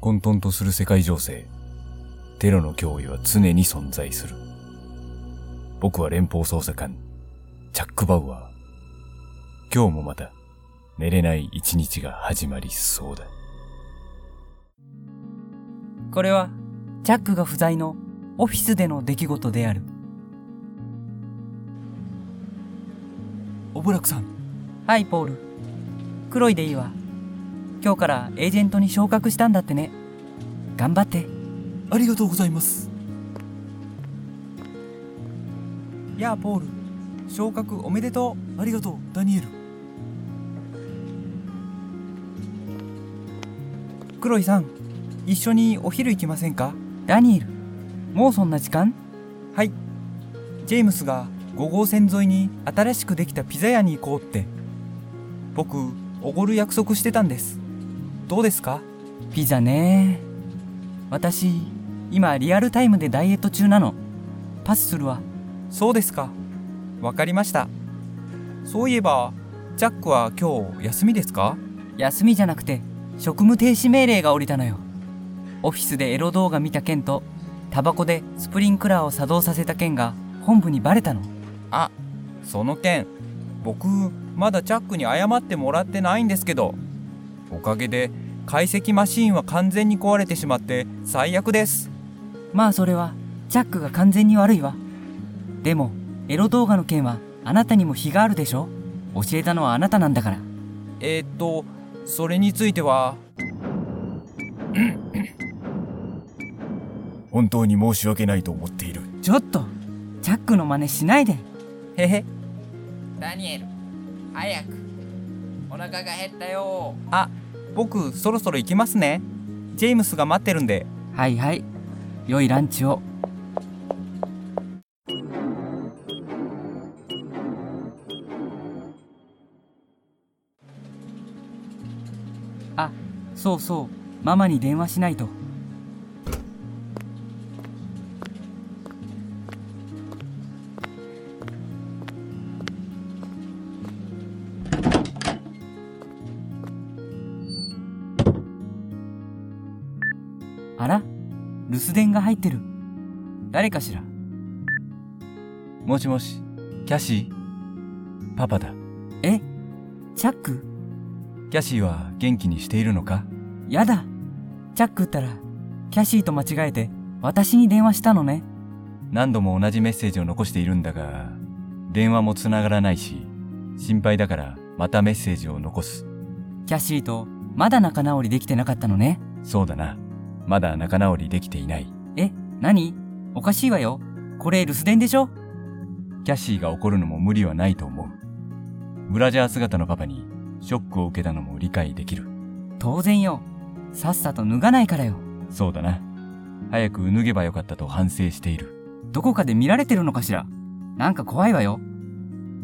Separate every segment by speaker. Speaker 1: 混沌とする世界情勢。テロの脅威は常に存在する。僕は連邦捜査官、チャック・バウアー。今日もまた、寝れない一日が始まりそうだ。
Speaker 2: これは、ジャックが不在のオフィスでの出来事である。
Speaker 3: オブラクさん、
Speaker 2: はい、ポール。黒いでいいわ。今日からエージェントに昇格したんだってね。頑張って。
Speaker 3: ありがとうございます。
Speaker 2: やあ、ポール。昇格おめでと
Speaker 3: ありがとう、ダニエル。
Speaker 2: う。黒いさん、一緒にお昼行きませんかダニエル、もうそんな時間はい。ジェームスが5号線沿いに新しくできたピザ屋に行こうって。僕、おごる約束してたんです。どうですかピザね私、今リアルタイムでダイエット中なの。パスするわ。そうですか。わかりました。そういえば、ジャックは今日休みですか休みじゃなくて、職務停止命令が降りたのよ。オフィスでエロ動画見た件と、タバコでスプリンクラーを作動させた件が本部にバレたの。
Speaker 4: あその件僕まだチャックに謝ってもらってないんですけどおかげで解析マシーンは完全に壊れてしまって最悪です
Speaker 2: まあそれは、ジャックが完全に悪いわ。でも、エロ動画の件はあなたにも非があるでしょ教えたのはあなたなんだから。
Speaker 4: えーっとそれについては
Speaker 1: 本当に申し訳ないと思っている。
Speaker 2: ちょっと、ジャックの真似しないで。
Speaker 4: へへ
Speaker 5: ダニエル早くお腹が減ったよ
Speaker 4: あ僕そろそろ行きますねジェームスが待ってるんで
Speaker 2: はいはい。良いランチを。あ、そうそう。ママに電話しないと。あら留守電が入ってる。誰かしら
Speaker 4: もしもしキャシーパパだ
Speaker 2: えチャック
Speaker 4: キャシーは元気にしているのか
Speaker 2: やだ。チャックったら、キャシーと間違えて、私に電話したのね。
Speaker 4: 何度も同じメッセージを残しているんだが電話もつながらないし心配だからまたメッセージを残す
Speaker 2: キャシーと、まだ仲直りできてなかったのね。
Speaker 4: そうだな。まだ仲直りできていない。
Speaker 2: え、何おかしいわよ。これ留守電でしょ
Speaker 4: キャシーが怒るのも無理はないと思う。ブラジャー姿のパパにショックを受けたのも理解できる。
Speaker 2: 当然よ。さっさと脱がないからよ。
Speaker 4: そうだな。早く脱げばよかったと反省している。
Speaker 2: どこかで見られてるのかしらなんか怖いわよ。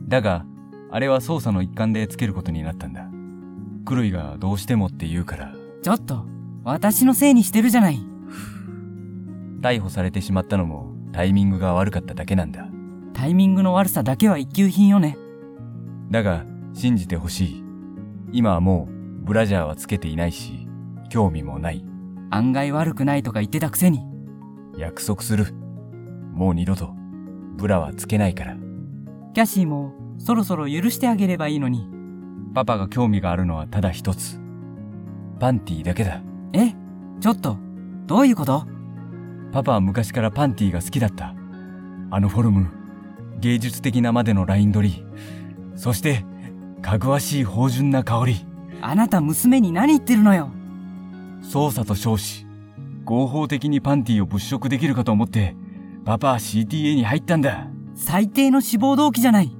Speaker 4: だが、あれは捜査の一環でつけることになったんだ。クルイがどうしてもって言うから、
Speaker 2: ちょっと、私のせいにしてるじゃない。
Speaker 4: 逮捕されてしまったのもタイミングが悪かっただけなんだ。
Speaker 2: タイミングの悪さだけは一級品よね。
Speaker 4: だが、信じてほしい。今はもう、ブラジャーはつけていないし、興味もない。
Speaker 2: 案外悪くないとか言ってたくせに。
Speaker 4: 約束する。もう二度と、ブラはつけないから。
Speaker 2: キャシーも、そろそろ許してあげればいいのに。
Speaker 4: パパが興味があるのはただ一つ。パンティーだけだ。
Speaker 2: え、ちょっと、どういうこと
Speaker 4: パパは昔からパンティーが好きだった。あのフォルム、芸術的なまでのライン取り、そして、かぐわしい芳醇な香り、
Speaker 2: あなた娘に何言ってるのよ。
Speaker 4: 操作と称し、合法的にパンティーを物色できるかと思って、パパは CTA に入ったんだ。
Speaker 2: 最低の志望動機じゃない。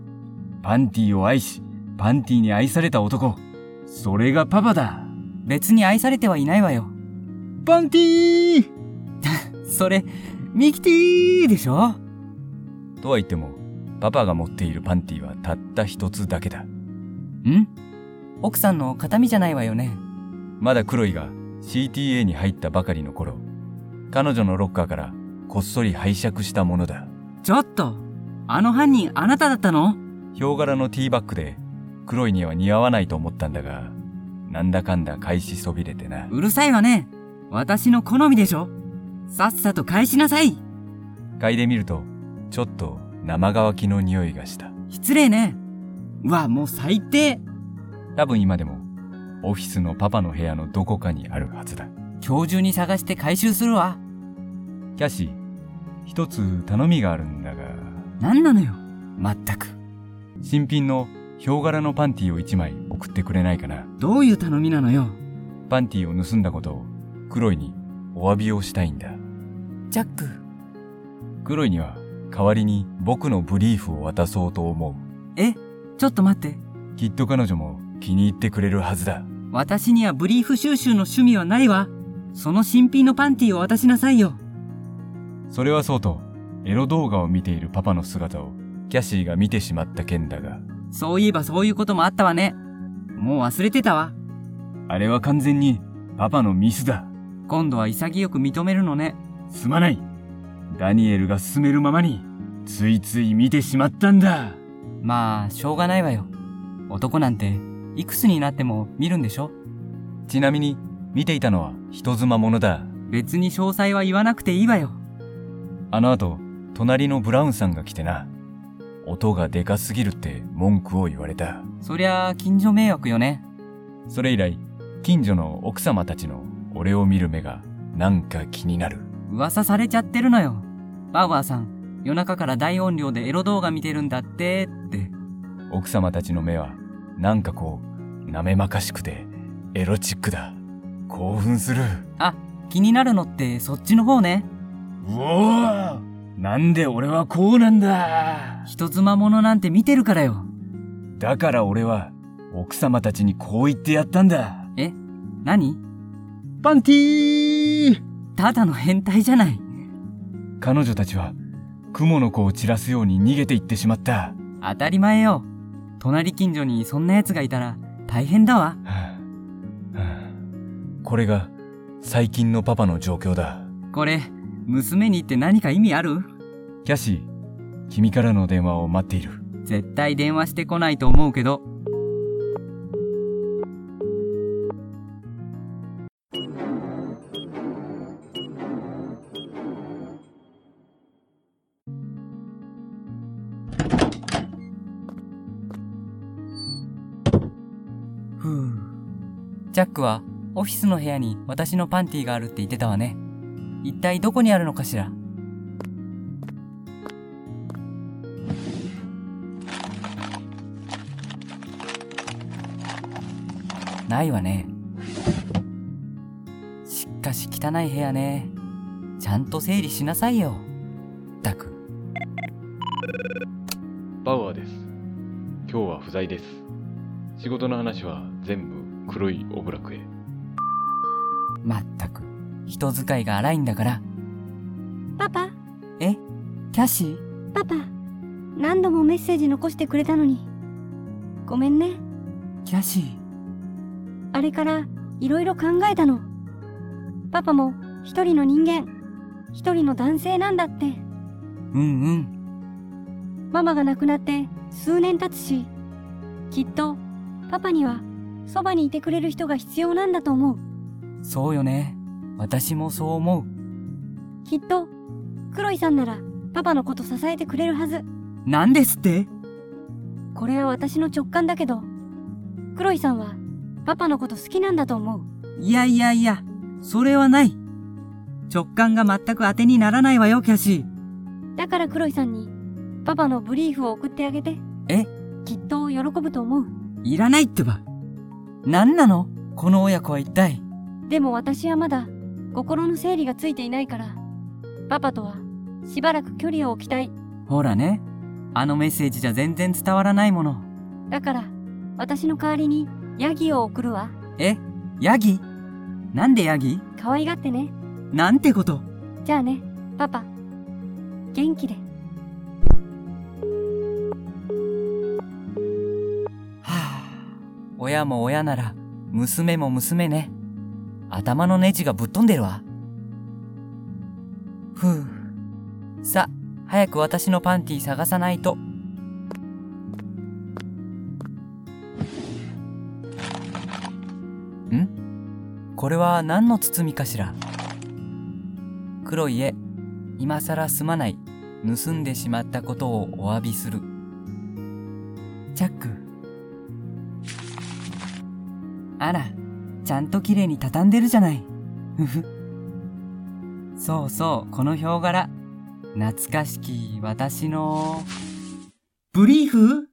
Speaker 4: パンティーを愛し、パンティーに愛された男。それがパパだ。
Speaker 2: 別に愛されてはいないわよ。
Speaker 4: パンティー
Speaker 2: それ、ミキティでしょ
Speaker 4: とは言ってもパパが持っているパンティはたった一つだけだ
Speaker 2: ん奥さんの形見じゃないわよね。
Speaker 4: まだクロイが CTA に入ったばかりの頃彼女のロッカーからこっそり拝借したものだ
Speaker 2: ちょっと、あの犯人あなただったの
Speaker 4: ヒョウ柄のティーバッグで、黒いには似合わないと思ったんだが、なんだかんだ返しそびれてな。
Speaker 2: うるさいわね。私の好みでしょ。さっさと返しなさい。
Speaker 4: 嗅いでみると、ちょっと生乾きの匂いがした。
Speaker 2: 失礼ね。うわ、もう最低。
Speaker 4: 多分今でも、オフィスのパパの部屋のどこかにあるはずだ。
Speaker 2: 今日中に探して回収するわ。
Speaker 4: キャシー、一つ頼みがあるんだが、
Speaker 2: なんなのよ。まったく。
Speaker 4: 新品のヒョウ柄のパンティを一枚送ってくれないかな。
Speaker 2: どういう頼みなのよ。
Speaker 4: パンティを盗んだことを、クロイにお詫びをしたいんだ。
Speaker 6: ジャック。
Speaker 4: クロイには代わりに僕のブリーフを渡そうと思う。
Speaker 2: え、ちょっと待って。
Speaker 4: きっと彼女も気に入ってくれるはずだ。
Speaker 2: 私にはブリーフ収集の趣味はないわ。その新品のパンティを渡しなさいよ。
Speaker 4: それはそうと、エロ動画を見ているパパの姿をキャシーが見てしまった件だが、
Speaker 2: そういえばそういうこともあったわね。もう忘れてたわ。
Speaker 4: あれは完全にパパのミスだ。
Speaker 2: 今度は潔く認めるのね。
Speaker 4: すまない。ダニエルが進めるままに、ついつい見てしまったんだ。
Speaker 2: まあ、しょうがないわよ。男なんて、いくつになっても見るんでしょ
Speaker 4: ちなみに、見ていたのは人妻ものだ。
Speaker 2: 別に詳細は言わなくていいわよ。
Speaker 4: あの後、隣のブラウンさんが来てな。音がでかすぎるって文句を言われた。
Speaker 2: そりゃ、近所迷惑よね。
Speaker 4: それ以来、近所の奥様たちの俺を見る目がなんか気になる。
Speaker 2: 噂されちゃってるのよ。バウアーさん、夜中から大音量でエロ動画見てるんだって、って。
Speaker 4: 奥様たちの目はなんかこう、なめまかしくてエロチックだ。興奮する。
Speaker 2: 気になるのってそっちの方ね。
Speaker 4: うおーなんで俺はこうなんだ
Speaker 2: 人妻ものなんて見てるからよ。
Speaker 4: だから俺は奥様たちにこう言ってやったんだ。
Speaker 2: 何
Speaker 4: パンティー
Speaker 2: ただの変態じゃない。
Speaker 4: 彼女たちは雲の子を散らすように逃げていってしまった。
Speaker 2: 当たり前よ。隣近所にそんな奴がいたら大変だわ。
Speaker 4: はあはあこれが最近のパパの状況だ。
Speaker 2: これ、娘にって何か意味ある
Speaker 4: キャシー、君からの電話を待っている。
Speaker 2: 絶対電話してこないと思うけど。ふう。ジャックはオフィスの部屋に私のパンティーがあるって言ってたわね。一体どこにあるのかしらないわねしかし汚い部屋ねちゃんと整理しなさいよったく
Speaker 7: バウアーです。今日は不在です。仕事の話は全部黒いオブラクへ。
Speaker 2: まったく人使いが荒いんだから
Speaker 8: パパ、
Speaker 2: えキャシー
Speaker 8: パパ。何度もメッセージ残してくれたのに。ごめんね。
Speaker 2: キャシー
Speaker 8: あれから、いろいろ考えたの。パパも、一人の人間、一人の男性なんだって。
Speaker 2: うんうん
Speaker 8: ママが亡くなって、数年経つし。きっと、パパには、そばにいてくれる人が必要なんだと思う。
Speaker 2: そうよね私もそう思う
Speaker 8: きっと、クロイさんなら、パパのこと支えてくれるはず。
Speaker 2: なんですって
Speaker 8: これは私の直感だけど、クロイさんは、パパのこと好きなんだと思う。
Speaker 2: いやいやいやそれはない直感が全く当てにならないわよキャシー
Speaker 8: だからクロイさんにパパのブリーフを送ってあげて
Speaker 2: え
Speaker 8: きっと喜ぶと思う
Speaker 2: いらないってばなんなのこの親子は一体
Speaker 8: でも私はまだ心の整理がついていないからパパとはしばらく距離を置きたい
Speaker 2: ほらね。あのメッセージじゃ全然伝わらないもの。
Speaker 8: だから私の代わりにヤギを送るわ
Speaker 2: えヤギなんでヤギ
Speaker 8: 可愛がってね
Speaker 2: なんてこと。
Speaker 8: じゃあねパパ元気で
Speaker 2: はあ、親も親なら、娘も娘ね。頭のネジがぶっ飛んでるわ。ふう。さ、早く私のパンティ探さないと。これは何の包みかしら黒い絵、今さらすまない、盗んでしまったことをお詫びする。チャック。あら、ちゃんと綺麗に畳んでるじゃない。ふふ。そうそう、このヒョウ柄。懐かしき私の、
Speaker 9: ブリーフ